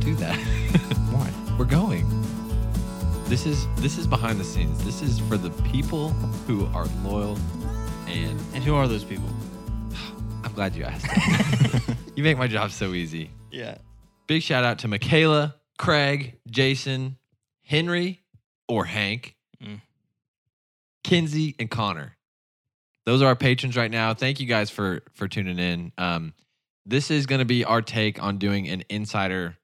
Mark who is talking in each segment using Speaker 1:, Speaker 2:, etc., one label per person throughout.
Speaker 1: do that.
Speaker 2: Why?
Speaker 1: We're going. This is this is behind the scenes. This is for the people who are loyal and
Speaker 3: And who are those people?
Speaker 1: I'm glad you asked. you make my job so easy.
Speaker 3: Yeah.
Speaker 1: Big shout out to Michaela, Craig, Jason, Henry, or Hank,
Speaker 3: Mm.
Speaker 1: Kinsey, and Connor. Those are our patrons right now. Thank you guys for for tuning in. Um, this is going to be our take on doing an insider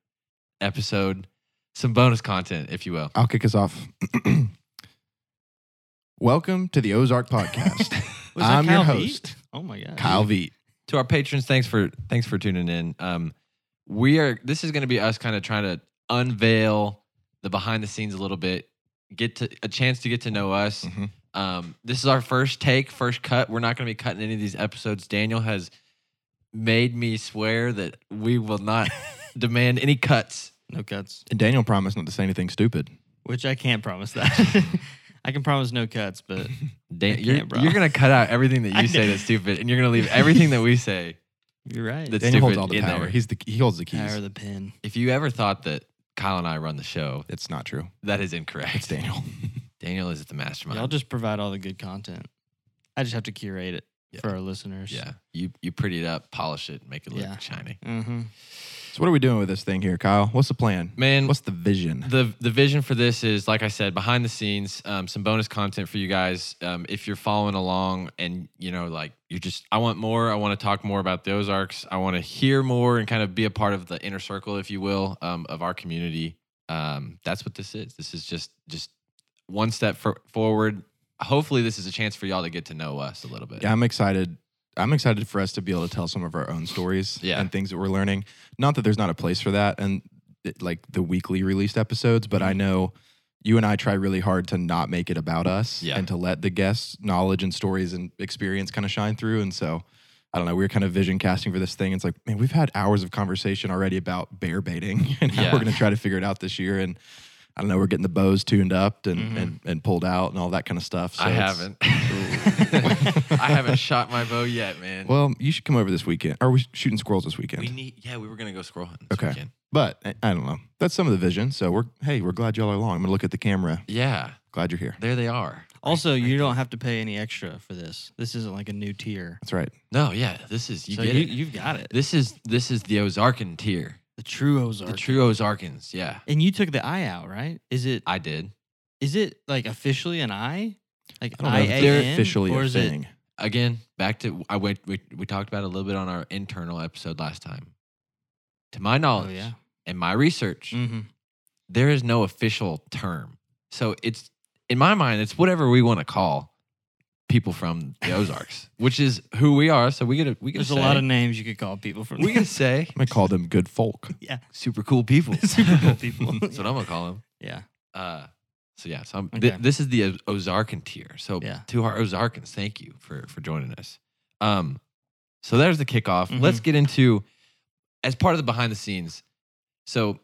Speaker 1: episode, some bonus content, if you will.
Speaker 2: I'll kick us off. Welcome to the Ozark Podcast.
Speaker 3: Was that
Speaker 2: I'm your
Speaker 3: Kyle Veet?
Speaker 2: host,
Speaker 3: Oh my god.
Speaker 2: Kyle V.
Speaker 1: to our patrons thanks for thanks for tuning in um we are this is going to be us kind of trying to unveil the behind the scenes a little bit get to a chance to get to know us
Speaker 3: Mm-hmm.
Speaker 2: Mhm.
Speaker 1: um this is our first take first cut we're not going to be cutting any of these episodes daniel has made me swear that we will not demand any cuts
Speaker 3: No cuts.
Speaker 2: And Daniel promised not to say anything stupid.
Speaker 3: Which I can't promise that. I can promise no cuts, but
Speaker 1: Dan,
Speaker 3: I
Speaker 1: you're,
Speaker 3: can't, bro.
Speaker 1: you're going to cut out everything that
Speaker 3: I
Speaker 1: you say
Speaker 3: know.
Speaker 1: that's stupid and you're going to leave everything that we say
Speaker 3: you're right.
Speaker 1: That's-
Speaker 2: Daniel holds
Speaker 1: stupid
Speaker 2: all the
Speaker 1: in
Speaker 2: power.
Speaker 1: there.
Speaker 2: He's the he holds the keys.
Speaker 3: Power of the pen.
Speaker 1: if you ever thought that kyle and i run the show
Speaker 2: It's not true.
Speaker 1: that is incorrect
Speaker 2: It's Daniel.
Speaker 1: daniel is the mastermind
Speaker 3: Y'all just provide all the good content. I just have to curate it
Speaker 1: Yeah.
Speaker 3: for our listeners.
Speaker 1: Yeah, you you pretty it up, polish it, make it look
Speaker 3: Yeah.
Speaker 1: shiny.
Speaker 3: Mm-hmm.
Speaker 2: so what are we doing with this thing here, Kyle? What's the plan?
Speaker 1: Man,
Speaker 2: What's the vision?
Speaker 1: the the vision for this is like I said, behind the scenes, um, some bonus content for you guys. Um, if you're following along and you know, like you're just, I want more. I want to talk more about the Ozarks. I want to hear more and kind of be a part of the inner circle, if you will, um, of our community. Um, that's what this is. This is just just one step for, forward. Hopefully, this is a chance for y'all to get to know us a little bit.
Speaker 2: Yeah, I'm excited. I'm excited for us to be able to tell some of our own stories
Speaker 1: Yeah.
Speaker 2: and things that we're learning. Not that there's not a place for that and it- like the weekly released episodes, but I
Speaker 1: Mm-hmm.
Speaker 2: know you and I try really hard to not make it about us
Speaker 1: Yeah.
Speaker 2: and to let the guests' knowledge and stories and experience kind of shine through. And so, I don't know, we were kind of vision casting for this thing. It's like, man, we've had hours of conversation already about bear baiting and how
Speaker 1: Yeah.
Speaker 2: we're going to try to figure it out this year. And I don't know, we're getting the bows tuned up and,
Speaker 3: Mhm.
Speaker 2: and, and pulled out and all that kind of stuff. So
Speaker 1: Mm-hmm. I
Speaker 2: it's-
Speaker 1: haven't. I haven't shot my bow yet, man.
Speaker 2: Well, you should come over this weekend. Are we shooting squirrels this
Speaker 1: We
Speaker 2: weekend?
Speaker 1: need. Yeah, we were gonna go squirrel hunting.
Speaker 2: Okay.
Speaker 1: Weekend.
Speaker 2: but I- I don't know. That's some of the vision. So we're hey, we're glad y'all are along. I'm gonna look at the camera.
Speaker 1: Yeah,
Speaker 2: Glad you're here.
Speaker 1: there they are.
Speaker 3: Also, you don't have to pay any extra for this. This isn't like a new tier.
Speaker 2: That's right.
Speaker 1: No, yeah, this is you
Speaker 3: so
Speaker 1: get
Speaker 3: you,
Speaker 1: it.
Speaker 3: you've got it.
Speaker 1: this is this is the Ozarkan tier,
Speaker 3: The true Ozark.
Speaker 1: the true Ozarkans. Yeah,
Speaker 3: and you took the I out, right? Is it
Speaker 1: I did
Speaker 3: is it like officially an I? Like
Speaker 2: I don't know if
Speaker 3: IAN,
Speaker 2: they're officially
Speaker 3: or
Speaker 2: a
Speaker 3: is
Speaker 2: thing.
Speaker 1: again. Back to I went. We we talked about it a little bit on our internal episode last time. To my
Speaker 3: It, oh
Speaker 1: knowledge
Speaker 3: yeah.
Speaker 1: and my research,
Speaker 3: Mm-hmm.
Speaker 1: there is no official term. So it's in my mind, it's whatever we want to call people from the Ozarks, which is who we are. So we get a we get
Speaker 3: There's
Speaker 1: say,
Speaker 3: a lot of names you could call people from.
Speaker 1: we can say
Speaker 2: I might call them good folk.
Speaker 1: super cool people.
Speaker 3: super cool people.
Speaker 1: That's what I'm gonna call them.
Speaker 3: yeah.
Speaker 1: Uh, so yeah, so I'm, thi-
Speaker 3: Okay.
Speaker 1: this is the O- Ozarkan tier. So
Speaker 3: Yeah.
Speaker 1: to our Ozarkans, thank you for for joining us. Um, so there's the kickoff.
Speaker 3: Mm-hmm.
Speaker 1: Let's get into as part of the behind the scenes. So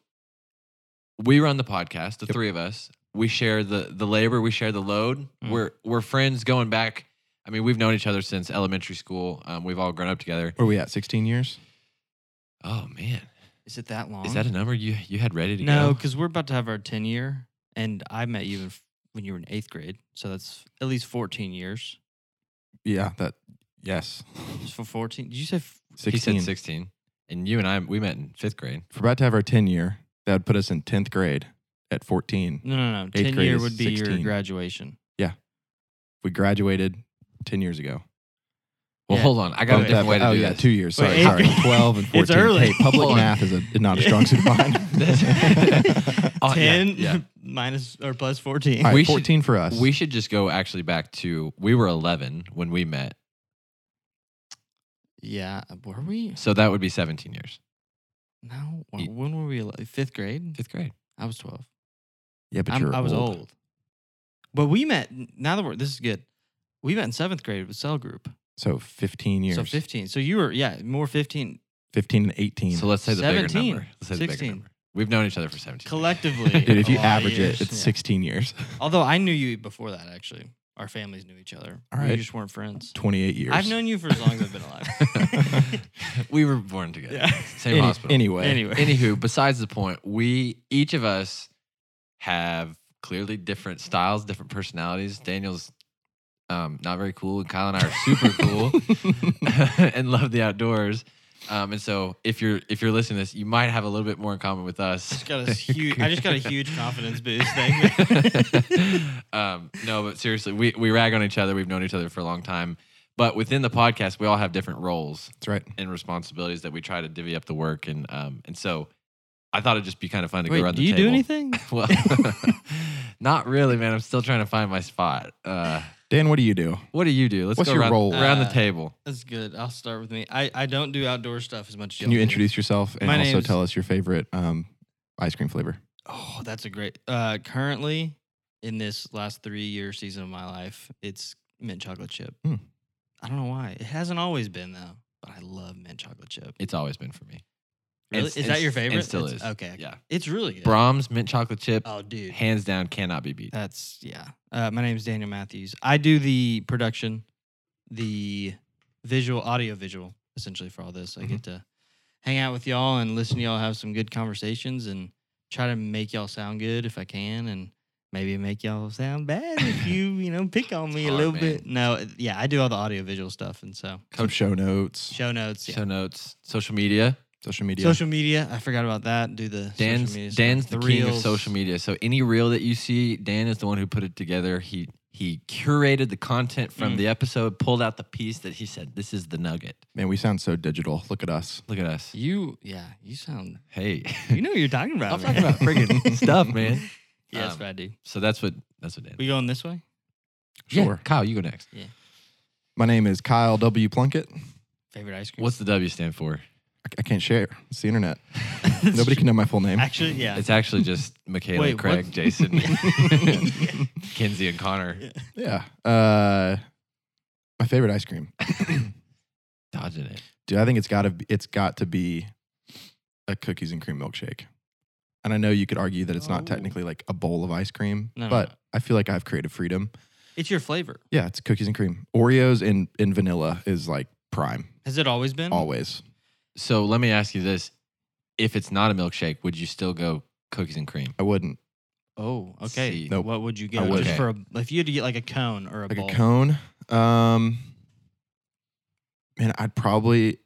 Speaker 1: we run the podcast, the
Speaker 2: Yep.
Speaker 1: three of us. We share the the labor, we share the load.
Speaker 3: Mm.
Speaker 1: We're we're friends going back. I mean, we've known each other since elementary school. Um, we've all grown up together.
Speaker 2: Where are we at? 16 years?
Speaker 1: Oh man,
Speaker 3: Is it that long?
Speaker 1: is that a number you you had ready to
Speaker 3: no?
Speaker 1: go?
Speaker 3: Because we're about to have our 10 year, and I met you in, f- when you were in eighth grade, so that's at least 14 years.
Speaker 2: Yeah. That. Yes.
Speaker 3: Just for 14, did you say? F-
Speaker 2: 16.
Speaker 1: He said sixteen, and you and I we met in fifth grade.
Speaker 2: If we're about to have our 10 year. That would put us in 10th grade at 14.
Speaker 3: no, no, no.
Speaker 2: Eighth
Speaker 3: 10
Speaker 2: grade
Speaker 3: year
Speaker 2: is
Speaker 3: would be
Speaker 2: 16.
Speaker 3: your graduation.
Speaker 2: We graduated 10 years ago.
Speaker 1: Well,
Speaker 3: Yeah.
Speaker 1: hold on. I got a
Speaker 3: Okay.
Speaker 1: different way to
Speaker 2: oh
Speaker 1: do
Speaker 2: yeah,
Speaker 1: this.
Speaker 2: two years.
Speaker 3: Wait,
Speaker 2: Sorry,
Speaker 3: eighth
Speaker 2: sorry.
Speaker 3: grade.
Speaker 2: 12 and 14.
Speaker 3: It's early.
Speaker 2: Hey, public
Speaker 1: Hold on.
Speaker 2: math is a, not a strong suit of mine.
Speaker 1: That's- Oh, yeah,
Speaker 3: 10
Speaker 1: yeah.
Speaker 3: minus or plus 14.
Speaker 2: All right,
Speaker 1: We should-
Speaker 2: 14 for us.
Speaker 1: We should just go actually back to we were 11 when we met.
Speaker 3: Yeah, were we?
Speaker 1: So that would be 17 years.
Speaker 3: No,
Speaker 1: Ye-
Speaker 3: when, when were we? ele- Fifth grade?
Speaker 1: Fifth grade.
Speaker 3: I was 12.
Speaker 2: yeah, but
Speaker 3: I'm-
Speaker 2: you're
Speaker 3: I was old. But we met, now that we're, this is good. We met in seventh grade with Cell Group.
Speaker 2: So 15 years.
Speaker 3: So 15. So you were, yeah, more 15
Speaker 2: 15 and 18.
Speaker 1: So let's say the bigger
Speaker 3: 17,
Speaker 1: number. Let's say the bigger
Speaker 3: 16.
Speaker 1: number. We've known each other for 17. years.
Speaker 3: collectively.
Speaker 2: Dude, if
Speaker 3: a
Speaker 2: you
Speaker 3: lot of
Speaker 2: average it,
Speaker 3: years.
Speaker 2: it's
Speaker 3: Oh, Yeah.
Speaker 2: 16 years.
Speaker 3: Although I knew you before that, actually. our families knew each other.
Speaker 2: All
Speaker 3: We
Speaker 2: right.
Speaker 3: just weren't friends.
Speaker 2: 28 years.
Speaker 3: I've known you for as long as I've been alive.
Speaker 1: we were born together.
Speaker 3: yeah.
Speaker 1: Same
Speaker 2: Any-
Speaker 1: hospital.
Speaker 2: Anyway.
Speaker 3: Anyway.
Speaker 1: Anywho, besides the point, we each of us have clearly different styles, different personalities. Daniel's um, not very cool, and Kyle and I are super cool and love the outdoors. Um, and so, if you're if you're listening to this, you might have a little bit more in common with us.
Speaker 3: Just got a huge. I just got a huge confidence boost. Thank you.
Speaker 1: um, no, but seriously, we we rag on each other. We've known each other for a long time, but within the podcast, we all have different roles
Speaker 2: That's right.
Speaker 1: and responsibilities that we try to divvy up the work and um and so I thought it'd just be kind of fun to go around the table.
Speaker 3: anything?
Speaker 1: Well, not really, man. I'm still trying to find my spot. Uh,
Speaker 2: Dan, what do you do?
Speaker 1: what do you do? Let's
Speaker 2: What's
Speaker 1: go
Speaker 2: your
Speaker 1: around,
Speaker 2: role?
Speaker 1: around the
Speaker 3: Uh,
Speaker 1: table.
Speaker 3: That's good. I'll start with me. I, I don't do outdoor stuff as much as
Speaker 2: Can you
Speaker 3: y'all do.
Speaker 2: introduce yourself and
Speaker 3: My
Speaker 2: also
Speaker 3: name's-
Speaker 2: tell us your favorite um, ice cream flavor?
Speaker 3: Oh, that's a great. Uh, currently, in this last three year season of my life, it's mint chocolate chip.
Speaker 2: Hmm.
Speaker 3: I don't know why. It hasn't always been though, but I love mint chocolate chip.
Speaker 1: It's always been for me.
Speaker 3: Really?
Speaker 1: It's-
Speaker 3: is that
Speaker 1: it's-
Speaker 3: your
Speaker 1: it
Speaker 3: favorite?
Speaker 1: still
Speaker 3: It's-
Speaker 1: is.
Speaker 3: Okay.
Speaker 1: Yeah.
Speaker 3: It's really good.
Speaker 1: Brahms mint chocolate chip,
Speaker 3: Oh, dude.
Speaker 1: hands down, cannot be beat.
Speaker 3: That's yeah. Uh, my name's Daniel Matthews. I do the production, the visual, audio visual, essentially for all this. I
Speaker 1: Mm-hmm.
Speaker 3: get to hang out with y'all and listen to y'all have some good conversations and try to make y'all sound good if I can, and maybe make y'all sound bad if you you know pick on me
Speaker 1: It's
Speaker 3: a
Speaker 1: hard,
Speaker 3: little
Speaker 1: man.
Speaker 3: bit. No, it- yeah, I do all the audio visual stuff, and so
Speaker 2: Some show notes,
Speaker 3: show notes, yeah.
Speaker 1: So notes, social media.
Speaker 2: social media.
Speaker 3: Social media, I forgot about that. Do the
Speaker 1: Dan's
Speaker 3: social media stuff.
Speaker 1: Dan's the, king of
Speaker 3: reels.
Speaker 1: social media. So any reel that you see, Dan is the one who put it together. He he curated the content from
Speaker 3: Mm.
Speaker 1: the episode, pulled out the piece that he said, "This is the nugget."
Speaker 2: Man, we sound so digital. Look at us.
Speaker 1: Look at us.
Speaker 3: You, yeah, you sound.
Speaker 1: Hey,
Speaker 3: You know what you're talking about.
Speaker 1: I'm
Speaker 3: man.
Speaker 1: talking about friggin' stuff, man.
Speaker 3: Yeah, that's
Speaker 1: Um,
Speaker 3: what I do.
Speaker 1: So that's what that's what Dan.
Speaker 3: We going this way?
Speaker 1: Yeah,
Speaker 2: Sure.
Speaker 1: Kyle, you go next.
Speaker 2: My name is Kyle W. Plunkett.
Speaker 3: Favorite ice cream?
Speaker 1: What's the W stand for?
Speaker 2: I, I can't share. It's the internet. Nobody can know my full name.
Speaker 3: Actually, yeah.
Speaker 1: Mm-hmm. It's actually just Michaela,
Speaker 3: Wait,
Speaker 1: Craig,
Speaker 3: what?
Speaker 1: Jason, Kinsey, and Connor.
Speaker 2: Yeah. Uh, my favorite ice cream.
Speaker 1: Dodging it.
Speaker 2: Dude, I think it's got to it's got to be a cookies and cream milkshake. And I know you could argue that it's
Speaker 3: Oh.
Speaker 2: not technically like a bowl of ice cream,
Speaker 3: No, no,
Speaker 2: but
Speaker 3: no.
Speaker 2: I feel like I have creative freedom.
Speaker 3: It's your flavor.
Speaker 2: Yeah, it's cookies and cream. Oreos and and vanilla is like prime
Speaker 3: Has it always been?
Speaker 2: always.
Speaker 1: So let me ask you this: If it's not a milkshake, would you still go cookies and cream?
Speaker 2: I wouldn't
Speaker 3: Oh, okay.
Speaker 1: See.
Speaker 2: Nope.
Speaker 3: What would you
Speaker 2: I
Speaker 3: get
Speaker 2: would.
Speaker 3: just
Speaker 1: Okay.
Speaker 3: for a, if you had to get like a cone or a
Speaker 2: like
Speaker 3: bowl?
Speaker 2: a cone. Um, man, I'd probably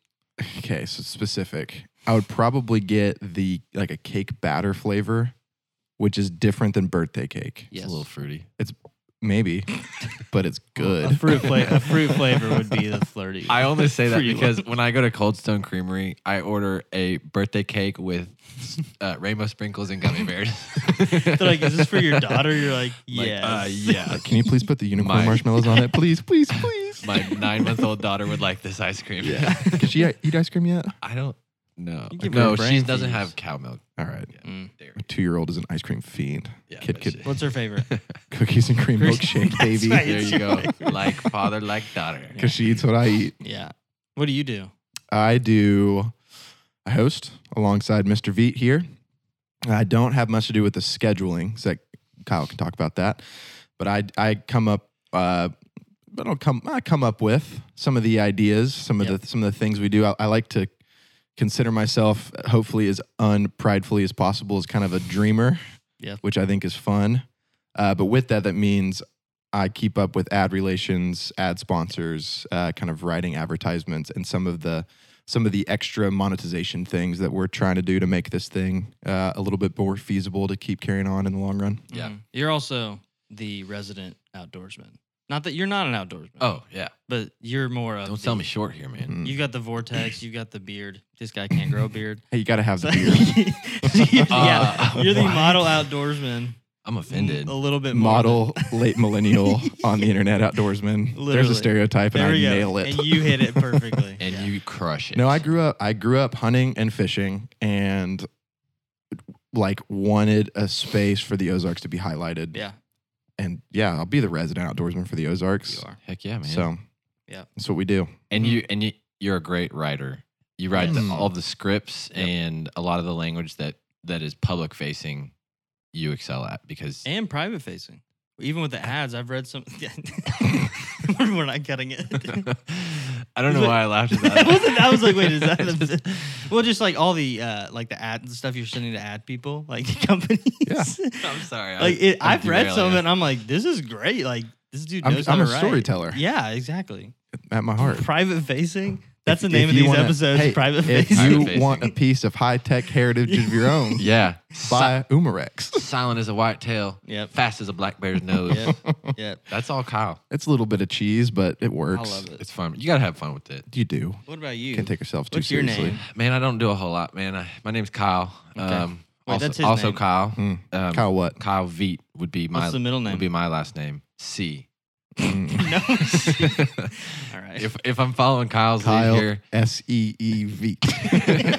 Speaker 2: okay. So specific, I would probably get the like a cake batter flavor, which is different than birthday cake.
Speaker 1: It's
Speaker 3: Yes.
Speaker 1: a little fruity.
Speaker 2: Maybe, but it's good.
Speaker 3: A fruit flavor. a fruit flavor would be the flirty.
Speaker 1: I only say that
Speaker 3: Fruity one.
Speaker 1: because when I go to Cold Stone Creamery, I order a birthday cake with uh, rainbow sprinkles and gummy bears.
Speaker 3: They're like, is this for your daughter? You're like,
Speaker 1: Like,
Speaker 3: yes.
Speaker 1: uh, yeah.
Speaker 2: Like, Can you please put the unicorn
Speaker 1: My-
Speaker 2: marshmallows on it, please, please, please?
Speaker 1: My nine-month-old daughter would like this ice cream.
Speaker 2: yeah. Can she e-, eat ice cream yet?
Speaker 1: I don't know.
Speaker 3: You give her
Speaker 1: No,
Speaker 3: a
Speaker 1: she
Speaker 3: brain
Speaker 1: doesn't
Speaker 3: freeze.
Speaker 1: have cow milk.
Speaker 2: All right.
Speaker 3: Mm.
Speaker 1: dairy.
Speaker 2: My two-year-old is an ice cream fiend.
Speaker 1: Yeah,
Speaker 2: Kid,
Speaker 1: but
Speaker 2: kid.
Speaker 1: she-
Speaker 3: What's her favorite?
Speaker 2: Cookies and cream
Speaker 3: Cookies-
Speaker 2: milkshake,
Speaker 3: That's
Speaker 2: baby.
Speaker 3: right.
Speaker 1: There you go. like father, like daughter.
Speaker 2: Because she eats what I eat.
Speaker 3: yeah. What do you do?
Speaker 2: I do I host alongside Mr. Veet here. I don't have much to do with the scheduling. So Kyle can talk about that. But I I come up uh but I'll come I come up with some of the ideas, some of
Speaker 3: Yep.
Speaker 2: the some of the things we do. I, I like to consider myself hopefully as unpridefully as possible as kind of a dreamer.
Speaker 3: Yeah.
Speaker 2: Which I think is fun. Uh, but with that, that means I keep up with ad relations, ad sponsors, uh, kind of writing advertisements, and some of the some of the extra monetization things that we're trying to do to make this thing uh, a little bit more feasible to keep carrying on in the long run.
Speaker 1: Yeah.
Speaker 3: Mhm. You're also the resident outdoorsman. Not that you're not an outdoorsman.
Speaker 1: Oh yeah.
Speaker 3: But you're more of
Speaker 1: Don't sell
Speaker 3: the-
Speaker 1: me short here, man.
Speaker 2: Mm.
Speaker 3: You got the vortex. You got the beard. This guy can't grow a beard.
Speaker 2: Hey, you got to have
Speaker 3: So-
Speaker 2: the beard.
Speaker 3: yeah,
Speaker 1: Uh,
Speaker 3: you're the
Speaker 1: what?
Speaker 3: model outdoorsman.
Speaker 1: I'm offended.
Speaker 2: Mm.
Speaker 3: A little bit more
Speaker 2: model late millennial on the internet outdoorsman. There's
Speaker 3: Literally.
Speaker 2: a stereotype,
Speaker 3: than- There
Speaker 2: and I
Speaker 3: we go.
Speaker 2: nail it.
Speaker 3: And you hit it perfectly.
Speaker 1: And
Speaker 3: Yeah.
Speaker 1: you crush it.
Speaker 2: No, I grew up. I grew up hunting and fishing, and like wanted a space for the Ozarks to be highlighted.
Speaker 3: yeah,
Speaker 2: and yeah, I'll be the resident outdoorsman for the
Speaker 3: you
Speaker 2: Ozarks.
Speaker 3: are.
Speaker 1: Heck yeah, man.
Speaker 2: So
Speaker 3: Yeah.
Speaker 2: that's what we do.
Speaker 1: and
Speaker 3: Mm.
Speaker 1: you and you you're a great writer. You write the,
Speaker 2: Yes.
Speaker 1: all the scripts
Speaker 3: Yep.
Speaker 1: and a lot of the language that that is public facing. You excel at because
Speaker 3: And private facing. Even with the ads, I've read some. We're not cutting it.
Speaker 1: I don't know why I laughed at that.
Speaker 3: I wasn't- I was like, wait, is that-
Speaker 1: It's just-
Speaker 3: well, just like all the uh, like the ad stuff you're sending to ad people, like the companies.
Speaker 2: Yeah.
Speaker 1: I'm sorry. I-
Speaker 3: like it,
Speaker 1: I'm
Speaker 3: I've read
Speaker 1: derailing
Speaker 3: some of it,
Speaker 1: us.
Speaker 3: and I'm like, this is great. Like this dude
Speaker 2: I'm,
Speaker 3: knows
Speaker 2: I'm
Speaker 3: how
Speaker 2: a
Speaker 3: to write.
Speaker 2: storyteller
Speaker 3: Yeah, exactly.
Speaker 2: at my heart.
Speaker 3: Private facing. That's the
Speaker 2: If-
Speaker 3: name
Speaker 2: if
Speaker 3: of
Speaker 2: you
Speaker 3: these
Speaker 2: wanna-
Speaker 3: episodes.
Speaker 2: hey,
Speaker 3: private
Speaker 2: If
Speaker 3: facing.
Speaker 2: you
Speaker 1: Facing.
Speaker 2: want a piece of high tech heritage of your own,
Speaker 1: Yeah.
Speaker 2: buy Umarex.
Speaker 1: Silent as a white tail,
Speaker 3: Yep.
Speaker 1: fast as a black bear's nose.
Speaker 3: Yep. Yep.
Speaker 1: That's all Kyle.
Speaker 2: It's a little bit of cheese, but it
Speaker 3: I
Speaker 2: works.
Speaker 3: love it.
Speaker 1: It's fun. You gotta have fun with it.
Speaker 2: You do.
Speaker 3: What about you?
Speaker 2: Can't take yourself too
Speaker 3: What's your
Speaker 2: seriously.
Speaker 3: name?
Speaker 1: Man, I don't do a whole lot, man. I, my name's Kyle.
Speaker 3: Okay.
Speaker 1: Um,
Speaker 3: Wait,
Speaker 1: also,
Speaker 3: that's his
Speaker 1: also
Speaker 3: name.
Speaker 1: Kyle.
Speaker 2: Hmm.
Speaker 1: Um,
Speaker 2: Kyle what?
Speaker 1: Kyle Veet would be my
Speaker 3: What's the middle name?
Speaker 1: would be my last name. C.
Speaker 2: Mm.
Speaker 3: no. all right.
Speaker 1: If if I'm following Kyle's lead
Speaker 2: Kyle
Speaker 1: here,
Speaker 2: S E E V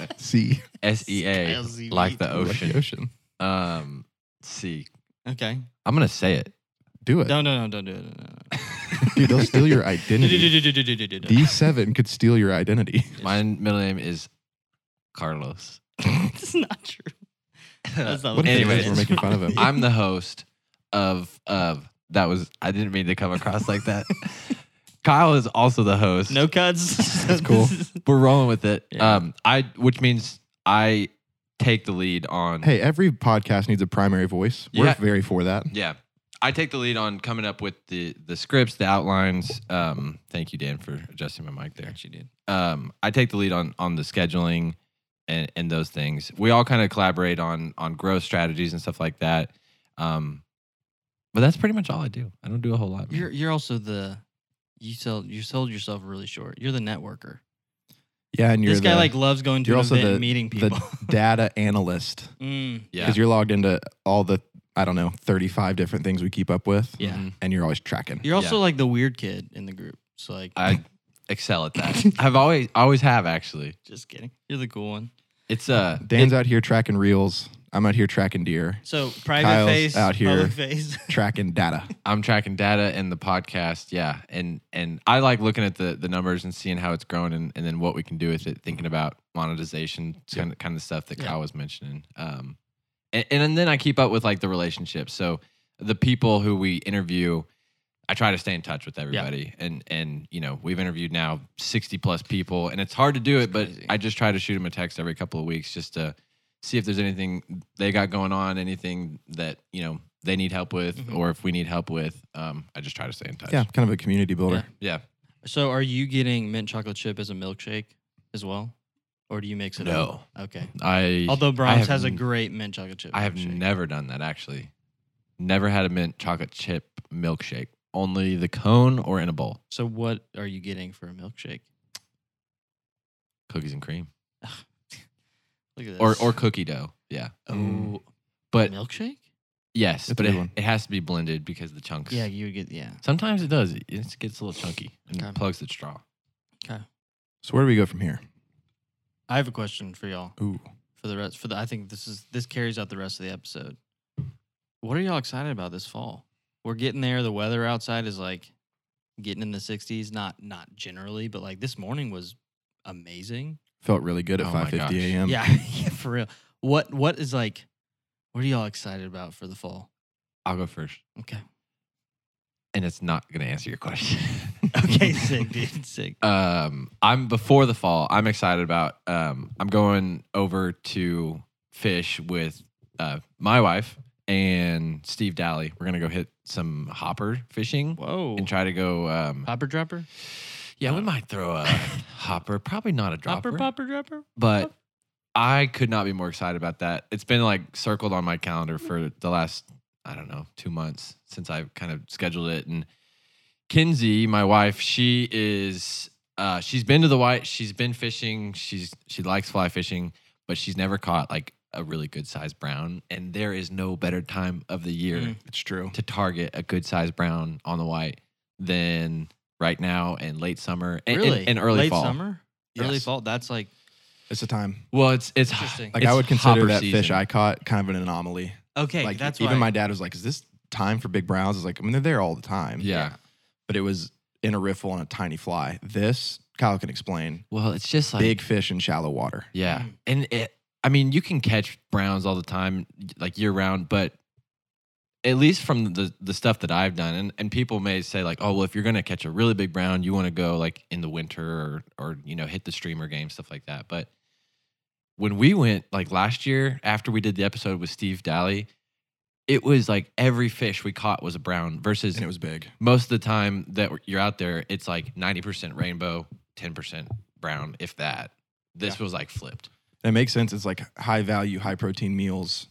Speaker 2: C.
Speaker 1: S E A
Speaker 3: Kyle Z
Speaker 1: like
Speaker 3: Veet.
Speaker 1: the
Speaker 2: Like the
Speaker 1: ocean.
Speaker 2: ocean.
Speaker 1: Um, C.
Speaker 3: okay.
Speaker 1: I'm gonna say it.
Speaker 2: Do it.
Speaker 3: No, no, no, don't do it. No, no, no.
Speaker 2: Dude, they'll steal your
Speaker 3: Do, do,
Speaker 2: identity.
Speaker 3: do, do, do, do, do, do, do.
Speaker 2: D7 could steal your identity.
Speaker 1: My middle name is Carlos.
Speaker 3: That's not true. That's not
Speaker 2: What
Speaker 3: what
Speaker 2: if it
Speaker 1: Anyways.
Speaker 2: is? We're making fun of him.
Speaker 1: I'm the host of of that was I didn't mean to come across like that. Kyle is also the host.
Speaker 3: No cuts.
Speaker 2: That's cool.
Speaker 3: This is-
Speaker 1: We're rolling with it.
Speaker 3: Yeah.
Speaker 1: Um I which means I take the lead
Speaker 3: Hmm.
Speaker 1: on
Speaker 2: hey, every podcast needs a primary voice. We're
Speaker 1: Yeah.
Speaker 2: very for that.
Speaker 1: Yeah. I take the lead on coming up with the the scripts, the outlines. Um thank you Dan for adjusting my mic there.
Speaker 3: What you did.
Speaker 1: um, I take the lead on on the scheduling and, and those things. We all kind of collaborate on on growth strategies and stuff like that. Um, but that's pretty much all I do. I don't do a whole lot. man.
Speaker 3: You're you're also the you sold you sold yourself really short. You're the networker.
Speaker 2: Yeah, and you're
Speaker 3: this guy
Speaker 2: the,
Speaker 3: like loves going to
Speaker 2: you're
Speaker 3: an
Speaker 2: also
Speaker 3: event
Speaker 2: the-
Speaker 3: and meeting
Speaker 2: the
Speaker 3: people.
Speaker 2: data analyst
Speaker 3: Mm,
Speaker 1: yeah,
Speaker 2: because you're logged into all the I don't know 35 different things we keep up with,
Speaker 3: yeah.
Speaker 1: Mhm.
Speaker 2: and you're always tracking.
Speaker 3: You're also like the weird kid in the group. So like,
Speaker 1: I excel at that. I've always always have actually.
Speaker 3: just kidding. You're the cool one.
Speaker 1: It's uh
Speaker 2: Dan's out here tracking reels. I'm out here tracking deer,
Speaker 3: So private
Speaker 2: Kyle's
Speaker 3: face,
Speaker 2: out here.
Speaker 3: public face.
Speaker 2: tracking data.
Speaker 1: I'm tracking data and the podcast. Yeah, and and I like looking at the the numbers and seeing how it's growing and, and then what we can do with it. Thinking about monetization, kind of kind of stuff that
Speaker 3: Yeah.
Speaker 1: Kyle was mentioning. Um, and, and then I keep up with like the relationships. So the people who we interview, I try to stay in touch with everybody. And and you know we've interviewed now sixty plus people, and it's hard to do
Speaker 3: That's
Speaker 1: it, but
Speaker 3: crazy.
Speaker 1: I just try to shoot them a text every couple of weeks just to see if there's anything they got going on, anything that you know they need help with,
Speaker 3: Mhm.
Speaker 1: or if we need help with. Um, I just try to stay in touch.
Speaker 2: Yeah, kind of a community builder.
Speaker 1: yeah.
Speaker 3: So are you getting mint chocolate chip as a milkshake as well, or do you mix it up?
Speaker 1: No,
Speaker 3: Okay.
Speaker 1: I.
Speaker 3: Although Brahms
Speaker 1: have
Speaker 3: has a
Speaker 1: n-
Speaker 3: great mint chocolate chip.
Speaker 1: I have
Speaker 3: milkshake.
Speaker 1: never done that actually. Never had a mint chocolate chip milkshake. Only the cone or in a bowl.
Speaker 3: So what are you getting for a milkshake?
Speaker 1: Cookies and cream,
Speaker 3: Look at this.
Speaker 1: or or cookie dough. Yeah,
Speaker 3: oh,
Speaker 2: Mm.
Speaker 1: but
Speaker 3: milkshake?
Speaker 1: yes,
Speaker 2: That's a
Speaker 1: but
Speaker 2: good
Speaker 1: it,
Speaker 2: one.
Speaker 1: it has to be blended because the chunks.
Speaker 3: Yeah, you would get yeah.
Speaker 1: Sometimes it does. It it gets a little chunky and
Speaker 3: Okay.
Speaker 1: plugs the straw.
Speaker 2: So where do we go from here?
Speaker 3: I have a question for y'all.
Speaker 2: Ooh,
Speaker 3: For the rest, for the I think this is this carries out the rest of the episode. What are y'all excited about this fall? We're getting there. The weather outside is like getting in the 60s. Not not generally, but like this morning was amazing.
Speaker 2: felt really good at
Speaker 1: Oh my
Speaker 2: 5:50
Speaker 1: gosh.
Speaker 2: a.m.
Speaker 3: yeah, yeah, for real. What what is like? What are y'all excited about for the fall?
Speaker 1: I'll go first,
Speaker 3: Okay.
Speaker 1: and it's not going to answer your question.
Speaker 3: Okay, sick, dude. Sick.
Speaker 2: Uh,
Speaker 1: um i'm before the fall i'm excited about um i'm going over to fish with uh my wife and steve daly we're gonna go hit some hopper fishing
Speaker 3: Whoa.
Speaker 1: and try to go um
Speaker 3: Popper dropper?
Speaker 1: yeah we might throw a hopper probably not a dropper
Speaker 3: Popper popper dropper?
Speaker 1: but i could not be more excited about that it's been like circled on my calendar
Speaker 3: Mm-hmm.
Speaker 1: for the last i don't know two months since i've kind of scheduled it and kinsey my wife she is uh, she's been to the white she's been fishing she's she likes fly fishing but she's never caught like a really good sized brown and there is no better time of the year
Speaker 3: Mm.
Speaker 2: it's true.
Speaker 1: to target a good sized brown on the white than right now and late summer and, and-
Speaker 3: really?
Speaker 1: and, early
Speaker 3: Late
Speaker 1: fall
Speaker 3: summer? Early
Speaker 2: Yes.
Speaker 3: fall. That's like
Speaker 2: It's the time.
Speaker 1: well it's it's
Speaker 3: Interesting.
Speaker 2: Like
Speaker 1: it's
Speaker 2: I would consider
Speaker 1: hopper
Speaker 2: that fish
Speaker 1: season.
Speaker 2: I caught kind of an anomaly.
Speaker 3: okay.
Speaker 2: like
Speaker 3: that's
Speaker 2: even
Speaker 3: why-
Speaker 2: my dad was like, "Is this time for big browns?" Is like, I mean, they're there all the time.
Speaker 1: yeah
Speaker 2: but it was in a riffle on a tiny fly. This Kyle can explain.
Speaker 1: Well, it's just like
Speaker 2: Big fish in shallow water.
Speaker 1: Yeah,
Speaker 3: Mm.
Speaker 1: and it, I mean, you can catch browns all the time, like year round, but at least from the the stuff that I've done, and, and people may say like, oh well, if you're gonna catch a really big brown, you want to go like in the winter or or you know hit the streamer game stuff like that. But when we went like last year after we did the episode with Steve Daly, it was like every fish we caught was a brown versus
Speaker 2: and it was big.
Speaker 1: most of the time that you're out there, it's like 90% rainbow, 10% brown, if that. This was like flipped.
Speaker 2: It makes sense. It's like high value, high protein meals.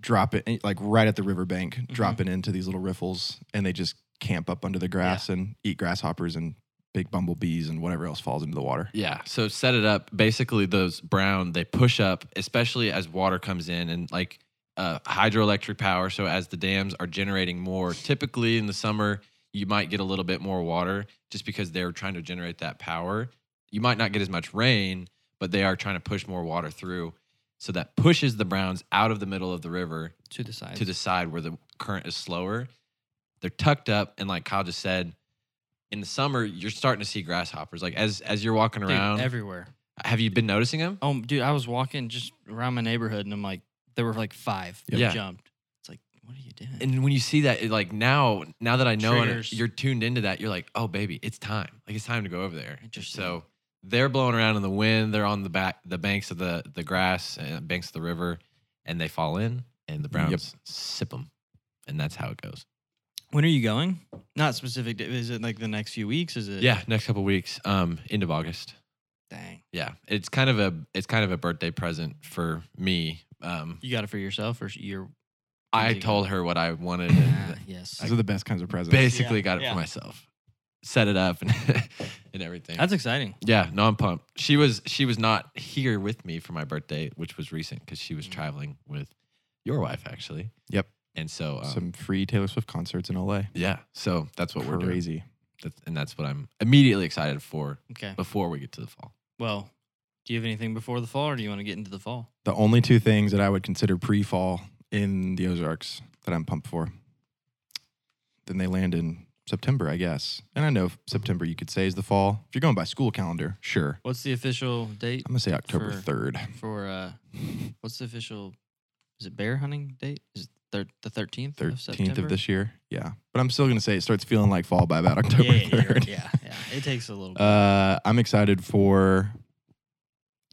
Speaker 2: Drop it eh, like right at the riverbank,
Speaker 1: Mm-hmm.
Speaker 2: drop it into these little riffles, and they just camp up under the grass and eat grasshoppers and big bumblebees and whatever else falls into the water.
Speaker 1: Yeah. So set it up. Basically, those brown, they push up, especially as water comes in and like uh, hydroelectric power. So as the dams are generating more, typically in the summer, you might get a little bit more water just because they're trying to generate that power. You might not get as much rain, but they are trying to push more water through. So that pushes the browns out of the middle of the river
Speaker 3: to the side.
Speaker 1: to the side where the current is slower. They're tucked up, and like Kyle just said, in the summer you're starting to see grasshoppers. Like as as you're walking
Speaker 3: Dude,
Speaker 1: around,
Speaker 3: everywhere.
Speaker 1: have you been noticing them?
Speaker 3: Oh, dude, I was walking just around my neighborhood, and I'm like, there were like five that
Speaker 1: Yeah.
Speaker 3: jumped. It's like, what are you doing?
Speaker 1: And when you see that, it, like now, now that I know it,
Speaker 3: Triggers.
Speaker 1: you're tuned into that. You're like, oh baby, it's time. Like it's time to go over there.
Speaker 3: Interesting.
Speaker 1: So they're blowing around in the wind. They're on the back, the banks of the the grass and banks of the river, and they fall in, and the browns sip them, and that's how it goes.
Speaker 3: when are you going? Not specific. da- Is it like the next few weeks? Is it?
Speaker 1: Yeah, next couple weeks, um, end of August.
Speaker 3: Dang.
Speaker 1: yeah it's kind of a it's kind of a birthday present for me um
Speaker 3: You got it for yourself, or you're.
Speaker 1: i
Speaker 3: Easy.
Speaker 1: told her what i wanted
Speaker 3: Ah,
Speaker 1: and
Speaker 3: yes.
Speaker 2: These are the best kinds of presents.
Speaker 1: basically
Speaker 3: Yeah,
Speaker 1: got it
Speaker 3: yeah.
Speaker 1: for myself set it up and and everything
Speaker 3: That's exciting.
Speaker 1: yeah no i'm pumped she was she was not here with me for my birthday which was recent because she was
Speaker 3: Mm.
Speaker 1: traveling with your wife actually
Speaker 2: Yep.
Speaker 1: and so um,
Speaker 2: Some free Taylor Swift concerts in LA.
Speaker 1: yeah so that's what we're doing
Speaker 2: Crazy.
Speaker 1: that's, and that's what i'm immediately excited for
Speaker 3: Okay.
Speaker 1: before we get to the fall
Speaker 3: Well, do you have anything before the fall, or do you want to get into the fall?
Speaker 2: The only two things that I would consider pre-fall in the Ozarks that I'm pumped for. Then they land in September, I guess. And I know September you could say is the fall. If you're going by school calendar, sure.
Speaker 3: What's the official date
Speaker 2: I'm gonna say October
Speaker 3: For-
Speaker 2: third.
Speaker 3: for? uh What's the official? Is it bear hunting date? Is it thir- the thirteenth?
Speaker 2: Thirteenth of, this year. Yeah. But I'm still gonna say it starts feeling like fall by about
Speaker 3: Yeah,
Speaker 2: October
Speaker 3: yeah,
Speaker 2: third.
Speaker 3: yeah, yeah. It takes a little. bit.
Speaker 2: Uh, I'm excited for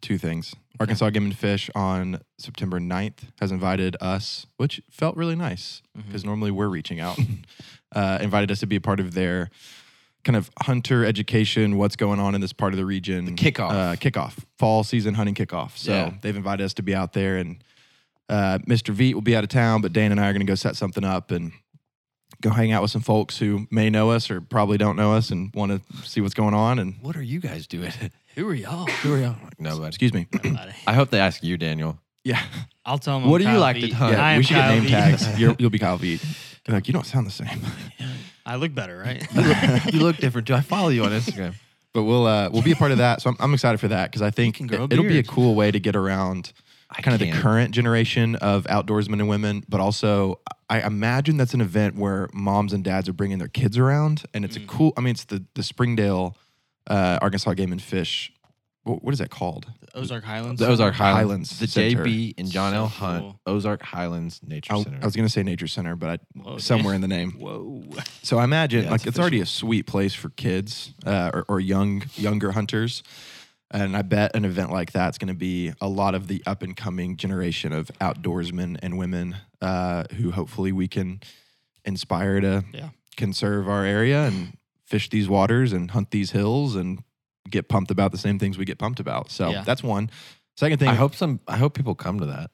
Speaker 2: two things. Arkansas Game and Fish on September 9th has invited us, which felt really nice
Speaker 3: Mhm.
Speaker 2: because normally we're reaching out. uh, invited us to be a part of their kind of hunter education, what's going on in this part of the region.
Speaker 1: The kickoff.
Speaker 2: Uh, kickoff, fall season hunting kickoff. So
Speaker 1: Yeah.
Speaker 2: they've invited us to be out there and uh, Mr. Veet will be out of town, but Dan and I are going to go set something up and go hang out with some folks who may know us or probably don't know us and want to see what's going on. And
Speaker 1: what are you guys doing
Speaker 3: Who are y'all?
Speaker 1: who are y'all no but
Speaker 2: excuse me,
Speaker 3: Nobody.
Speaker 1: i hope they ask you daniel
Speaker 2: yeah,
Speaker 3: I'll tell them.
Speaker 1: What do you like to hunt?
Speaker 2: yeah,
Speaker 1: I
Speaker 2: we should get name
Speaker 3: tags.
Speaker 2: tags. You're, you'll be Kyle Veet. They're like, you don't sound the same.
Speaker 3: I look better, right?
Speaker 1: you look different too. I follow you on Instagram.
Speaker 2: But we'll uh, we'll be a part of that. So I'm, I'm excited for that because I think
Speaker 3: can grow a
Speaker 2: it, will be a
Speaker 3: beard.
Speaker 2: cool way to get around
Speaker 1: I
Speaker 2: kind of the
Speaker 1: can't.
Speaker 2: current generation of outdoorsmen and women. But also, I imagine that's an event where moms and dads are bringing their kids around, and it's
Speaker 3: Mm.
Speaker 2: a cool. I mean, it's the the Springdale, uh, Arkansas Game and Fish. wh- what is that called?
Speaker 3: Ozark Highlands.
Speaker 1: The Ozark Highlands.
Speaker 2: Highlands
Speaker 1: the
Speaker 2: Center.
Speaker 1: JB and John L.
Speaker 3: So
Speaker 1: Hunt
Speaker 3: cool.
Speaker 1: Ozark Highlands Nature
Speaker 2: I,
Speaker 1: Center.
Speaker 2: I was gonna say Nature Center, but I,
Speaker 3: Whoa, dude.
Speaker 2: somewhere in the name.
Speaker 3: Whoa.
Speaker 2: So I imagine
Speaker 1: Yeah,
Speaker 2: like
Speaker 1: it's
Speaker 2: it's already a sweet place for kids uh, or, or young younger hunters, and I bet an event like that's going to be a lot of the up and coming generation of outdoorsmen and women uh, who hopefully we can inspire to
Speaker 3: Yeah.
Speaker 2: conserve our area and fish these waters and hunt these hills and get pumped about the same things we get pumped about. So
Speaker 3: Yeah.
Speaker 2: that's one. Second thing, mm-hmm,
Speaker 1: I hope some. I hope people come to that.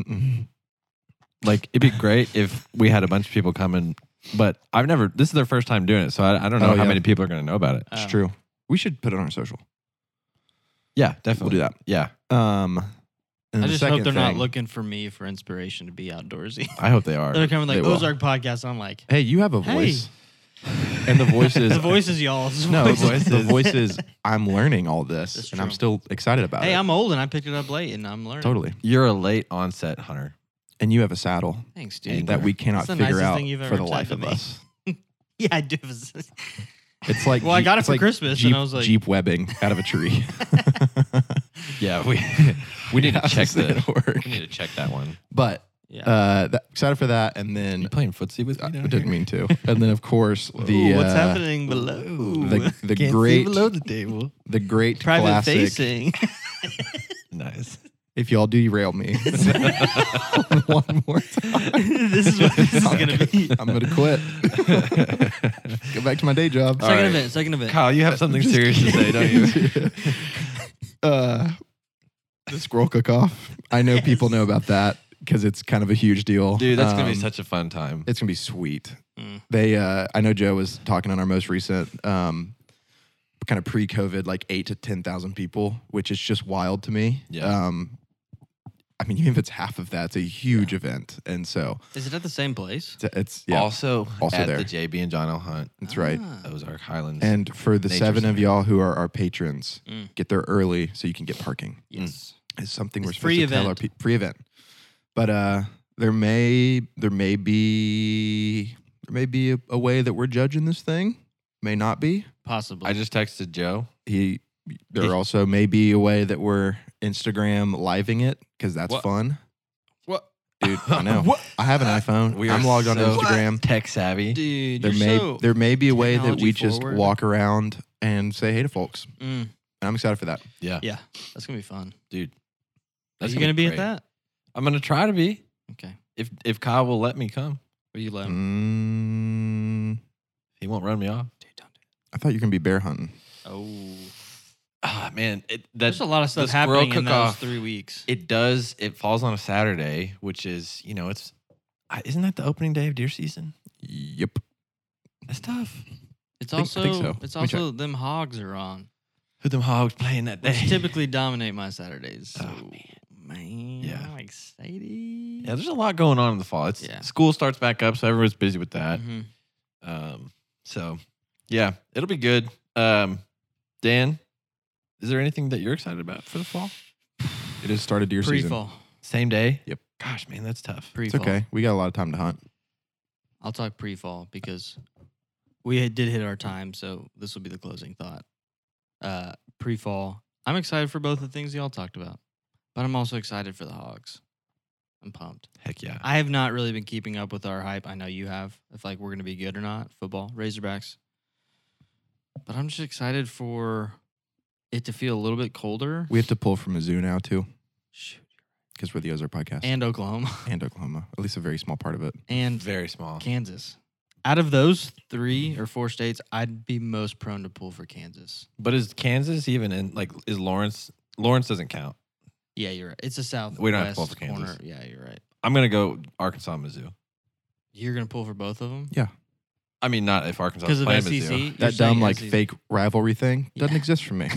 Speaker 2: Mm-mm.
Speaker 1: Like it'd be great if we had a bunch of people coming, but I've never. This is their first time doing it, so I, I don't know
Speaker 2: Oh,
Speaker 1: how
Speaker 2: yeah.
Speaker 1: many people are going to know about it.
Speaker 2: it's
Speaker 3: Um,
Speaker 2: true. We should put it on our social.
Speaker 1: Yeah, definitely.
Speaker 2: We'll do
Speaker 1: Yeah,
Speaker 2: that. Um, and
Speaker 3: I
Speaker 2: the
Speaker 3: just hope
Speaker 2: second
Speaker 3: they're not
Speaker 2: thing-
Speaker 3: looking for me for inspiration to be outdoorsy.
Speaker 1: I hope they
Speaker 3: they're
Speaker 1: are.
Speaker 3: coming like
Speaker 2: they will.
Speaker 3: Ozark podcast. I'm like,
Speaker 2: Hey, you have a
Speaker 3: Hey.
Speaker 2: voice. And the voices.
Speaker 3: the voice is y'all's.
Speaker 2: No, the voice,
Speaker 1: voices.
Speaker 2: the voice is I'm learning all this
Speaker 3: That's
Speaker 2: and I'm
Speaker 3: true.
Speaker 2: still excited about
Speaker 3: hey,
Speaker 2: it.
Speaker 3: I'm old and I picked it up late and I'm learning.
Speaker 2: totally.
Speaker 1: You're a late onset hunter.
Speaker 2: And you have a saddle
Speaker 3: Thanks, dude.
Speaker 2: and that we cannot
Speaker 3: That's the
Speaker 2: figure
Speaker 3: nicest
Speaker 2: out
Speaker 3: thing you've
Speaker 2: for
Speaker 3: ever
Speaker 2: the
Speaker 3: said
Speaker 2: life
Speaker 3: to
Speaker 2: of
Speaker 3: me.
Speaker 2: us.
Speaker 3: yeah, I do.
Speaker 2: It's like
Speaker 3: Well, I
Speaker 2: Jeep-
Speaker 3: got it
Speaker 2: it's
Speaker 3: for
Speaker 2: like
Speaker 3: Christmas,
Speaker 2: Jeep,
Speaker 3: and I was like,
Speaker 2: Jeep webbing out of a tree.
Speaker 1: Yeah, we we need to check
Speaker 2: How's that
Speaker 1: the
Speaker 2: work?
Speaker 1: we need to check that one.
Speaker 2: But
Speaker 3: Yeah.
Speaker 2: Uh, that, excited for that, and then uh,
Speaker 1: You playing footsie with
Speaker 2: I
Speaker 1: me? down
Speaker 2: didn't
Speaker 1: here?
Speaker 2: mean to. And then of course
Speaker 3: Ooh,
Speaker 2: the
Speaker 3: what's
Speaker 2: uh,
Speaker 3: happening below?
Speaker 2: the the great
Speaker 1: the table.
Speaker 2: the great
Speaker 3: Private
Speaker 2: classic.
Speaker 3: facing.
Speaker 1: Nice.
Speaker 2: If y'all derail me one more time,
Speaker 3: this is what this is gonna be.
Speaker 2: I'm gonna quit. Go back to my day job.
Speaker 1: All
Speaker 3: Second
Speaker 1: right.
Speaker 3: event. Second event.
Speaker 1: Kyle, you have something serious to say, don't you?
Speaker 2: uh, the squirrel cook off. I know people know about that because it's kind of a huge deal.
Speaker 1: Dude, that's gonna be
Speaker 2: Um,
Speaker 1: such a fun time.
Speaker 2: It's gonna be sweet.
Speaker 3: Mm.
Speaker 2: They, uh, I know Joe was talking on our most recent, um, kind of pre-COVID, like eight to ten thousand people, which is just wild to me.
Speaker 1: Yeah.
Speaker 2: Um, I mean, even if it's half of that, it's a huge event, and so
Speaker 3: Is it at the same place?
Speaker 2: it's, it's yeah,
Speaker 1: Also,
Speaker 2: Also
Speaker 1: at
Speaker 2: there.
Speaker 1: the JB and John L. Hunt,
Speaker 2: that's right. Oh, mm.
Speaker 3: Ah.
Speaker 1: Ozark Highlands.
Speaker 2: And for the
Speaker 1: Nature
Speaker 2: seven of
Speaker 1: Center.
Speaker 2: y'all who are our patrons,
Speaker 3: Mm.
Speaker 2: get there early so you can get parking.
Speaker 3: Yes.
Speaker 2: It's something
Speaker 3: It's
Speaker 2: we're supposed
Speaker 3: free
Speaker 2: to
Speaker 3: event.
Speaker 2: tell our pe- free event. But uh, there may there may be there may be a, a way that we're judging this thing. May not be.
Speaker 3: Possibly.
Speaker 1: I just texted Joe.
Speaker 2: He
Speaker 1: Yeah.
Speaker 2: there also may be a way that we're Instagram living it because that's
Speaker 1: What?
Speaker 2: fun.
Speaker 1: What?
Speaker 2: Dude, I know.
Speaker 1: What?
Speaker 2: I have an iPhone.
Speaker 1: We
Speaker 2: I'm
Speaker 1: are
Speaker 2: logged on to
Speaker 1: so-
Speaker 2: Instagram.
Speaker 1: Tech savvy.
Speaker 3: Dude,
Speaker 2: There
Speaker 3: you're
Speaker 2: may
Speaker 3: so.
Speaker 2: there may be a way that
Speaker 3: technology
Speaker 2: we just
Speaker 3: forward.
Speaker 2: walk around and say hey to folks.
Speaker 3: Mm,
Speaker 2: And I'm excited for that.
Speaker 1: Yeah.
Speaker 3: yeah, that's gonna be fun.
Speaker 1: Dude.
Speaker 3: Are you gonna be at
Speaker 1: great.
Speaker 3: that?
Speaker 1: I'm gonna try to be.
Speaker 3: Okay.
Speaker 1: If if Kyle will let me come.
Speaker 3: Will you let?
Speaker 2: Mm,
Speaker 1: He won't run me off.
Speaker 3: Dude, don't do
Speaker 2: I thought you were gonna be bear hunting.
Speaker 3: it. Oh,
Speaker 1: Ah man, it
Speaker 3: there's
Speaker 1: that's
Speaker 3: a lot of
Speaker 1: the
Speaker 3: stuff
Speaker 1: squirrel
Speaker 3: happening in those
Speaker 1: cook-off.
Speaker 3: three weeks.
Speaker 1: it does it falls on a Saturday, which is, you know, it's I- isn't that the opening day of deer season?
Speaker 2: Yep.
Speaker 1: That's tough.
Speaker 3: It's
Speaker 2: I think-
Speaker 3: also
Speaker 2: I think so.
Speaker 3: it's
Speaker 2: Let me check.
Speaker 3: also them hogs are on,
Speaker 1: Who them hogs playing that day?
Speaker 3: which typically dominate my Saturdays. So,
Speaker 1: Oh,
Speaker 3: man,
Speaker 1: Yeah.
Speaker 3: I'm excited.
Speaker 1: Yeah, there's a lot going on in the fall. It's
Speaker 3: Yeah.
Speaker 1: school starts back up, so everyone's busy with that.
Speaker 3: Mhm.
Speaker 1: Um, so yeah, it'll be good. Um, Dan, is there anything that you're excited about for the fall?
Speaker 2: It has started deer season.
Speaker 3: pre-fall,
Speaker 1: Same day?
Speaker 2: Yep.
Speaker 1: Gosh, man, that's tough.
Speaker 2: It's
Speaker 3: pre-fall.
Speaker 2: okay. We got a lot of time to hunt.
Speaker 3: I'll talk pre-fall because we had, did hit our time, so this will be the closing thought. Uh, pre-fall. I'm excited for both the things y'all talked about, but I'm also excited for the hogs. I'm pumped.
Speaker 1: Heck yeah.
Speaker 3: I have not really been keeping up with our hype. I know you have. If like we're gonna be good or not, football, Razorbacks. But I'm just excited for it to feel a little bit colder.
Speaker 2: We have to pull from Mizzou now too,
Speaker 3: Shoot.
Speaker 2: because we're the Ozark podcast
Speaker 3: And Oklahoma
Speaker 2: And Oklahoma, at least a very small part of it.
Speaker 3: and
Speaker 1: Very small.
Speaker 3: Kansas. Out of those three or four states, I'd be most prone to pull for Kansas.
Speaker 1: But is Kansas even in like is Lawrence Lawrence doesn't count.
Speaker 3: Yeah, you're right. It's a southwest
Speaker 1: We don't have to pull for Kansas.
Speaker 3: corner. Yeah, you're right.
Speaker 1: I'm gonna go Arkansas Mizzou.
Speaker 3: You're gonna pull for both of them
Speaker 1: I mean not if Arkansas
Speaker 3: because
Speaker 1: is
Speaker 3: of E
Speaker 1: playing
Speaker 3: SEC.
Speaker 1: Mizzou.
Speaker 3: You're
Speaker 2: that dumb
Speaker 3: saying E
Speaker 2: like
Speaker 3: SEC.
Speaker 2: fake rivalry thing doesn't
Speaker 3: Yeah.
Speaker 2: exist for me.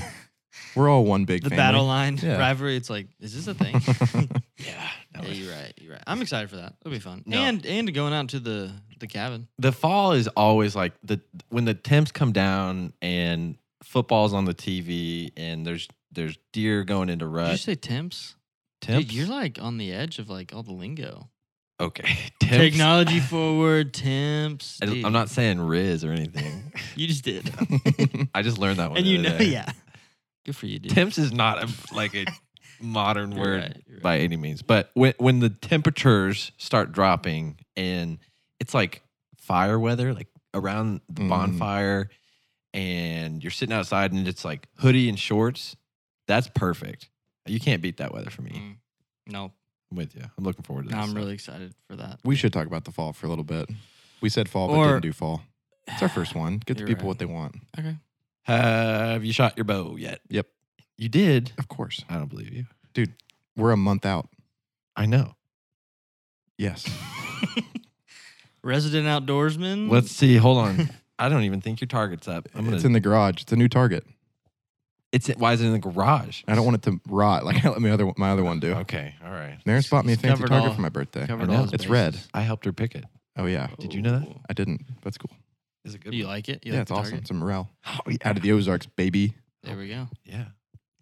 Speaker 2: We're all one big
Speaker 3: the
Speaker 2: family.
Speaker 3: battle line
Speaker 2: Yeah.
Speaker 3: rivalry. It's like, is this a thing?
Speaker 1: Yeah. no
Speaker 3: yeah,
Speaker 1: way.
Speaker 3: you're right. You're right. I'm excited for that. It'll be fun.
Speaker 1: No.
Speaker 3: And and going out to the the cabin.
Speaker 1: the fall is always like the when the temps come down and football's on the TV and there's there's deer going into
Speaker 3: Did you
Speaker 1: rut.
Speaker 3: say temps?
Speaker 1: Temps?
Speaker 3: Dude, you're like on the edge of like all the lingo.
Speaker 1: okay. Temps.
Speaker 3: Technology forward temps.
Speaker 1: I-
Speaker 3: Dude,
Speaker 1: I'm not saying Riz or anything.
Speaker 3: You just did,
Speaker 1: I just learned that one.
Speaker 3: and
Speaker 1: the
Speaker 3: you
Speaker 1: other
Speaker 3: know,
Speaker 1: day.
Speaker 3: yeah. Good for you, dude.
Speaker 1: Temps is not a, like a modern
Speaker 3: You're
Speaker 1: word
Speaker 3: right, you're
Speaker 1: by any means, but when when the temperatures start dropping and it's like fire weather, like around the
Speaker 2: Mm.
Speaker 1: bonfire, and you're sitting outside and it's like hoodie and shorts, that's perfect. You can't beat that weather for me.
Speaker 3: Mm. No,
Speaker 1: I'm with you. I'm looking forward to
Speaker 3: no,
Speaker 1: this.
Speaker 3: I'm
Speaker 1: stuff.
Speaker 3: really excited for that.
Speaker 2: we should talk about the fall for a little bit. We said fall, but
Speaker 3: Or-
Speaker 2: didn't do fall. It's our first one. Give the
Speaker 3: You're
Speaker 2: people what
Speaker 3: right.
Speaker 2: they want.
Speaker 3: Okay.
Speaker 1: Have you shot your bow yet?
Speaker 2: Yep.
Speaker 1: You did.
Speaker 2: Of course.
Speaker 1: I don't believe you.
Speaker 2: We're a month out.
Speaker 1: I know.
Speaker 2: Yes.
Speaker 3: Resident outdoorsman.
Speaker 1: Let's see. Hold on. I don't even think your target's up. I'm gonna.
Speaker 2: Mm. It's in the garage. It's a new target.
Speaker 1: it's why is it in the garage?
Speaker 2: I don't want it to rot like I let my other my other one do.
Speaker 1: Okay. All right.
Speaker 2: Maris bought me a
Speaker 3: He's
Speaker 2: fancy
Speaker 3: covered
Speaker 2: target
Speaker 3: all-
Speaker 2: for my birthday.
Speaker 3: covered
Speaker 1: I know.
Speaker 3: all his
Speaker 2: It's red.
Speaker 3: bases.
Speaker 1: I helped her pick it.
Speaker 2: Oh yeah,
Speaker 1: Did you know that?
Speaker 3: Ooh.
Speaker 2: I didn't. That's cool.
Speaker 1: Is it good?
Speaker 3: Do you like it? You
Speaker 2: yeah,
Speaker 3: like
Speaker 2: it's
Speaker 3: the
Speaker 2: awesome.
Speaker 3: target?
Speaker 2: It's a morale.
Speaker 1: Oh,
Speaker 2: Out of the Ozarks, baby.
Speaker 3: There we go.
Speaker 1: yeah.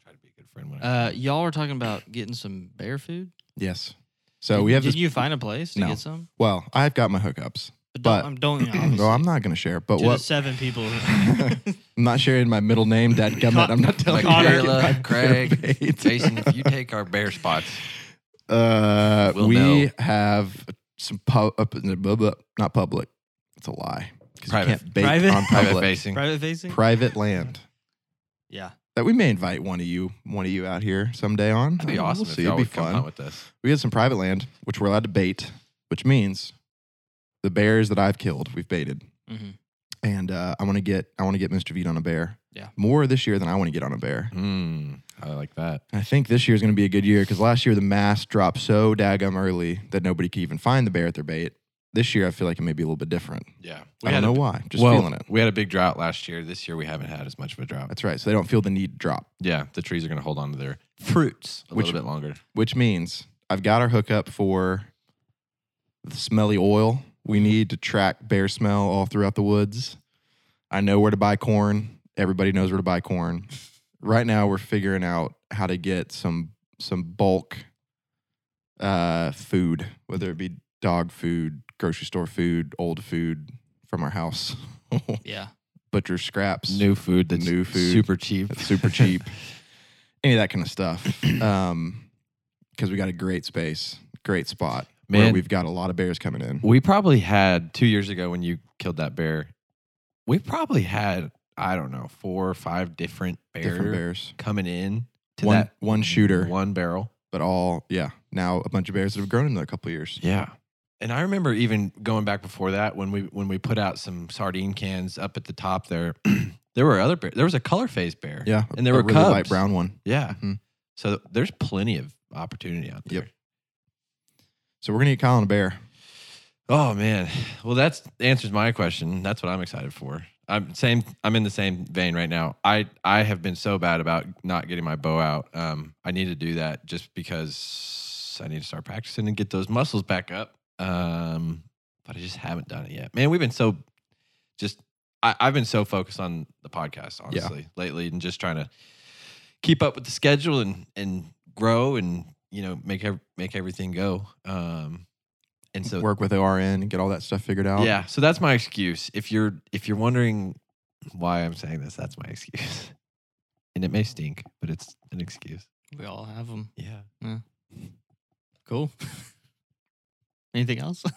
Speaker 1: Try to be a good friend. When I
Speaker 3: Uh, y'all were talking about getting some bear food.
Speaker 2: Yes. So
Speaker 3: Did-
Speaker 2: we have
Speaker 3: Did
Speaker 2: this.
Speaker 3: you find a place to
Speaker 2: No.
Speaker 3: get some?
Speaker 2: well, I've got my hookups.
Speaker 3: But
Speaker 2: But-
Speaker 3: don't, I'm don't. you know, obviously,
Speaker 2: well, I'm not going to share. But
Speaker 3: to the
Speaker 2: what?
Speaker 3: seven people.
Speaker 2: I'm not sharing my middle name, Dad Gummit. I'm not telling
Speaker 1: Connor,
Speaker 2: you.
Speaker 1: Craig,
Speaker 2: Craig,
Speaker 1: Jason, if you take our bear spots,
Speaker 2: Uh,
Speaker 1: We'll
Speaker 2: we
Speaker 1: know.
Speaker 2: have some pub, uh, blah, blah, blah, not public. It's a lie. 'Cause
Speaker 1: Private.
Speaker 2: You can't bake
Speaker 3: Private?
Speaker 2: on
Speaker 1: Private
Speaker 2: public.
Speaker 1: facing.
Speaker 3: Private facing?
Speaker 2: Private land
Speaker 3: yeah.
Speaker 2: that we may invite one of you, one of you out here someday on.
Speaker 1: That'd be
Speaker 2: Uh,
Speaker 1: awesome
Speaker 2: We'll
Speaker 1: if
Speaker 2: see.
Speaker 1: y'all
Speaker 2: It'd be
Speaker 1: would come
Speaker 2: fun.
Speaker 1: hunt with us.
Speaker 2: we had some private land, which we're allowed to bait, which means the bears that I've killed, we've baited.
Speaker 3: hmm
Speaker 2: And uh, I want to get, I want to get Mr. Vito on a bear.
Speaker 3: Yeah.
Speaker 2: More this year than I want to get on a bear.
Speaker 1: Mm, I like that.
Speaker 2: I think this year is going to be a good year because last year the mass dropped so daggum early that nobody could even find the bear at their bait. This year I feel like it may be a little bit different.
Speaker 1: Yeah.
Speaker 2: I don't
Speaker 1: a-
Speaker 2: know why. Just
Speaker 1: well,
Speaker 2: feeling it.
Speaker 1: We had a big drought last year. This year we haven't had as much of a drought.
Speaker 2: That's right. So they don't feel the need to drop,
Speaker 1: Yeah, the trees are going to hold on to their fruits a
Speaker 2: Which-
Speaker 1: little bit longer.
Speaker 2: which means I've got our hookup for the smelly oil. We need to track bear smell all throughout the woods. I know where to buy corn. Everybody knows where to buy corn. Right now, we're figuring out how to get some some bulk uh, food, whether it be dog food, grocery store food, old food from our house,
Speaker 3: Yeah.
Speaker 2: butcher scraps.
Speaker 1: New food that's
Speaker 2: New food.
Speaker 1: super cheap.
Speaker 2: That's super cheap. Any of that kind of stuff. Um, because we got a great space, great spot where
Speaker 1: Man.
Speaker 2: we've got a lot of bears coming in.
Speaker 1: we probably had two years ago when you killed that bear. We probably had I don't know four or five different bear
Speaker 2: Different bears.
Speaker 1: coming in to
Speaker 2: One
Speaker 1: that
Speaker 2: one shooter,
Speaker 1: one barrel.
Speaker 2: but all yeah. Now a bunch of bears that have grown in a couple of years.
Speaker 1: Yeah. And I remember even going back before that when we when we put out some sardine cans up at the top there, there were other bear. There was a color phase bear.
Speaker 2: Yeah,
Speaker 1: And there
Speaker 2: a
Speaker 1: were
Speaker 2: really light
Speaker 1: cubs.
Speaker 2: brown one.
Speaker 1: Yeah.
Speaker 2: Mhm.
Speaker 1: So there's plenty of opportunity out there.
Speaker 2: Yep. So we're gonna get Colin a bear.
Speaker 1: Oh man. Well, that's answers my question. That's what I'm excited for. I'm same. I'm in the same vein right now. I I have been so bad about not getting my bow out. Um, I need to do that just because I need to start practicing and get those muscles back up. Um, but I just haven't done it yet. Man, we've been so just. I, I've been so focused on the podcast honestly lately, and just trying to keep up with the schedule and and grow and you know make ev- make everything go. Um, and so
Speaker 2: Work with ORN and get all that stuff figured out.
Speaker 1: yeah, so that's my excuse. If you're if you're wondering why I'm saying this, that's my excuse. And it may stink, but it's an excuse.
Speaker 3: We all have them.
Speaker 1: Yeah.
Speaker 3: Cool. Anything else?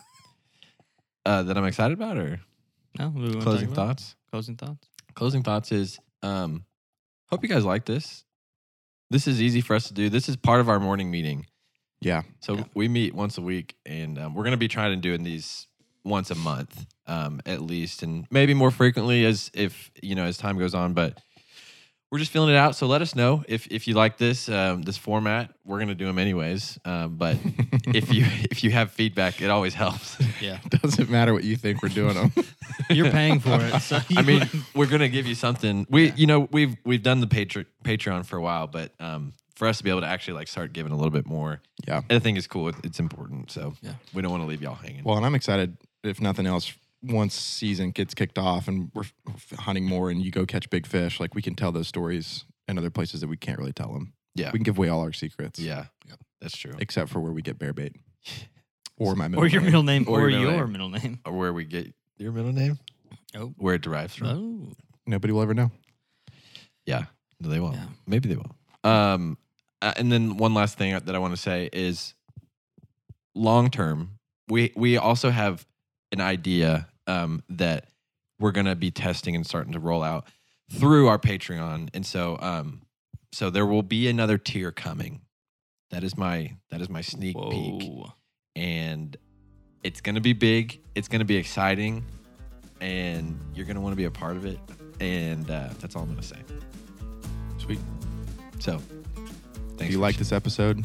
Speaker 1: Uh, that I'm excited about or
Speaker 3: no. we wanna talk
Speaker 1: closing
Speaker 3: about?
Speaker 1: thoughts?
Speaker 3: Closing thoughts.
Speaker 1: Closing thoughts is um hope you guys like this. This is easy for us to do. This is part of our morning meeting.
Speaker 2: Yeah.
Speaker 1: So
Speaker 3: Yeah.
Speaker 1: we meet once a week, and um, we're going to be trying to doing these once a month, um, at least, and maybe more frequently as if you know as time goes on. But we're just feeling it out. So let us know if if you like this um, this format. We're going to do them anyways. Um, but if you if you have feedback, it always helps.
Speaker 3: Yeah.
Speaker 2: doesn't matter what you think we're doing them.
Speaker 3: You're paying for it. So
Speaker 1: I
Speaker 3: you-
Speaker 1: mean, we're gonna give you something. We,
Speaker 3: Yeah.
Speaker 1: you know, we've we've done the Patre- Patreon for a while, but um, for us to be able to actually like start giving a little bit more,
Speaker 2: Yeah.
Speaker 1: I think is cool. It- It's important, so
Speaker 3: Yeah.
Speaker 1: we don't want to leave y'all hanging.
Speaker 2: Well, and I'm excited. If nothing else, once season gets kicked off and we're f- hunting more, and you go catch big fish, like we can tell those stories in other places that we can't really tell them.
Speaker 1: Yeah.
Speaker 2: we can give away all our secrets.
Speaker 1: yeah,
Speaker 3: Yep.
Speaker 1: that's true.
Speaker 2: except for where we get bear bait, or my middle
Speaker 3: or your
Speaker 2: name.
Speaker 3: middle name,
Speaker 1: Or
Speaker 3: or,
Speaker 1: your middle
Speaker 3: your
Speaker 1: name.
Speaker 3: middle name.
Speaker 1: Or where we get your middle name,
Speaker 3: Oh.
Speaker 1: where it derives from.
Speaker 3: Oh.
Speaker 2: Nobody will ever know.
Speaker 1: Yeah, no, they won't.
Speaker 3: Yeah.
Speaker 1: Maybe they won't. Um, uh, and then one last thing that I want to say is, long term, we we also have an idea um, that we're gonna be testing and starting to roll out through our Patreon, and so um, so there will be another tier coming. That is my that is my sneak peek,
Speaker 3: Whoa.
Speaker 1: and it's gonna be big. It's gonna be exciting, and you're gonna want to be a part of it. And uh, that's all I'm gonna say.
Speaker 2: Sweet.
Speaker 1: So, thanks.
Speaker 2: If you
Speaker 1: for-
Speaker 2: like this episode,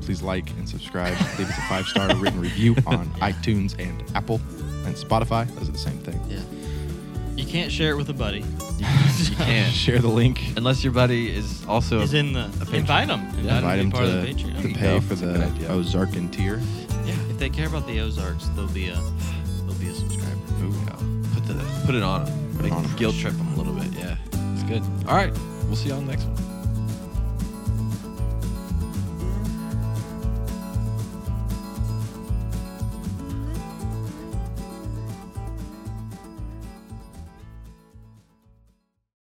Speaker 2: please like and subscribe. Leave us a five star written review on iTunes and Apple and Spotify. Those are the same thing.
Speaker 3: Yeah. You can't share it with a buddy.
Speaker 1: you can
Speaker 2: Share the link.
Speaker 1: unless your buddy is also
Speaker 3: Is in the
Speaker 1: Patreon.
Speaker 3: invite them.
Speaker 1: Yeah,
Speaker 2: Invite
Speaker 3: to be
Speaker 2: them
Speaker 3: part of the
Speaker 2: to, to
Speaker 3: Patreon.
Speaker 1: you
Speaker 2: pay
Speaker 1: go.
Speaker 2: for
Speaker 1: That's a good
Speaker 2: the
Speaker 1: idea.
Speaker 2: Ozarkan tier.
Speaker 1: yeah.
Speaker 3: If they care about the Ozarks, they'll be a they'll be a subscriber.
Speaker 2: Ooh.
Speaker 1: Put the put it on him.
Speaker 2: Put it
Speaker 1: Like,
Speaker 2: on 'em.
Speaker 1: guilt trip him a little bit. Yeah, it's good. All right, we'll see y'all next one.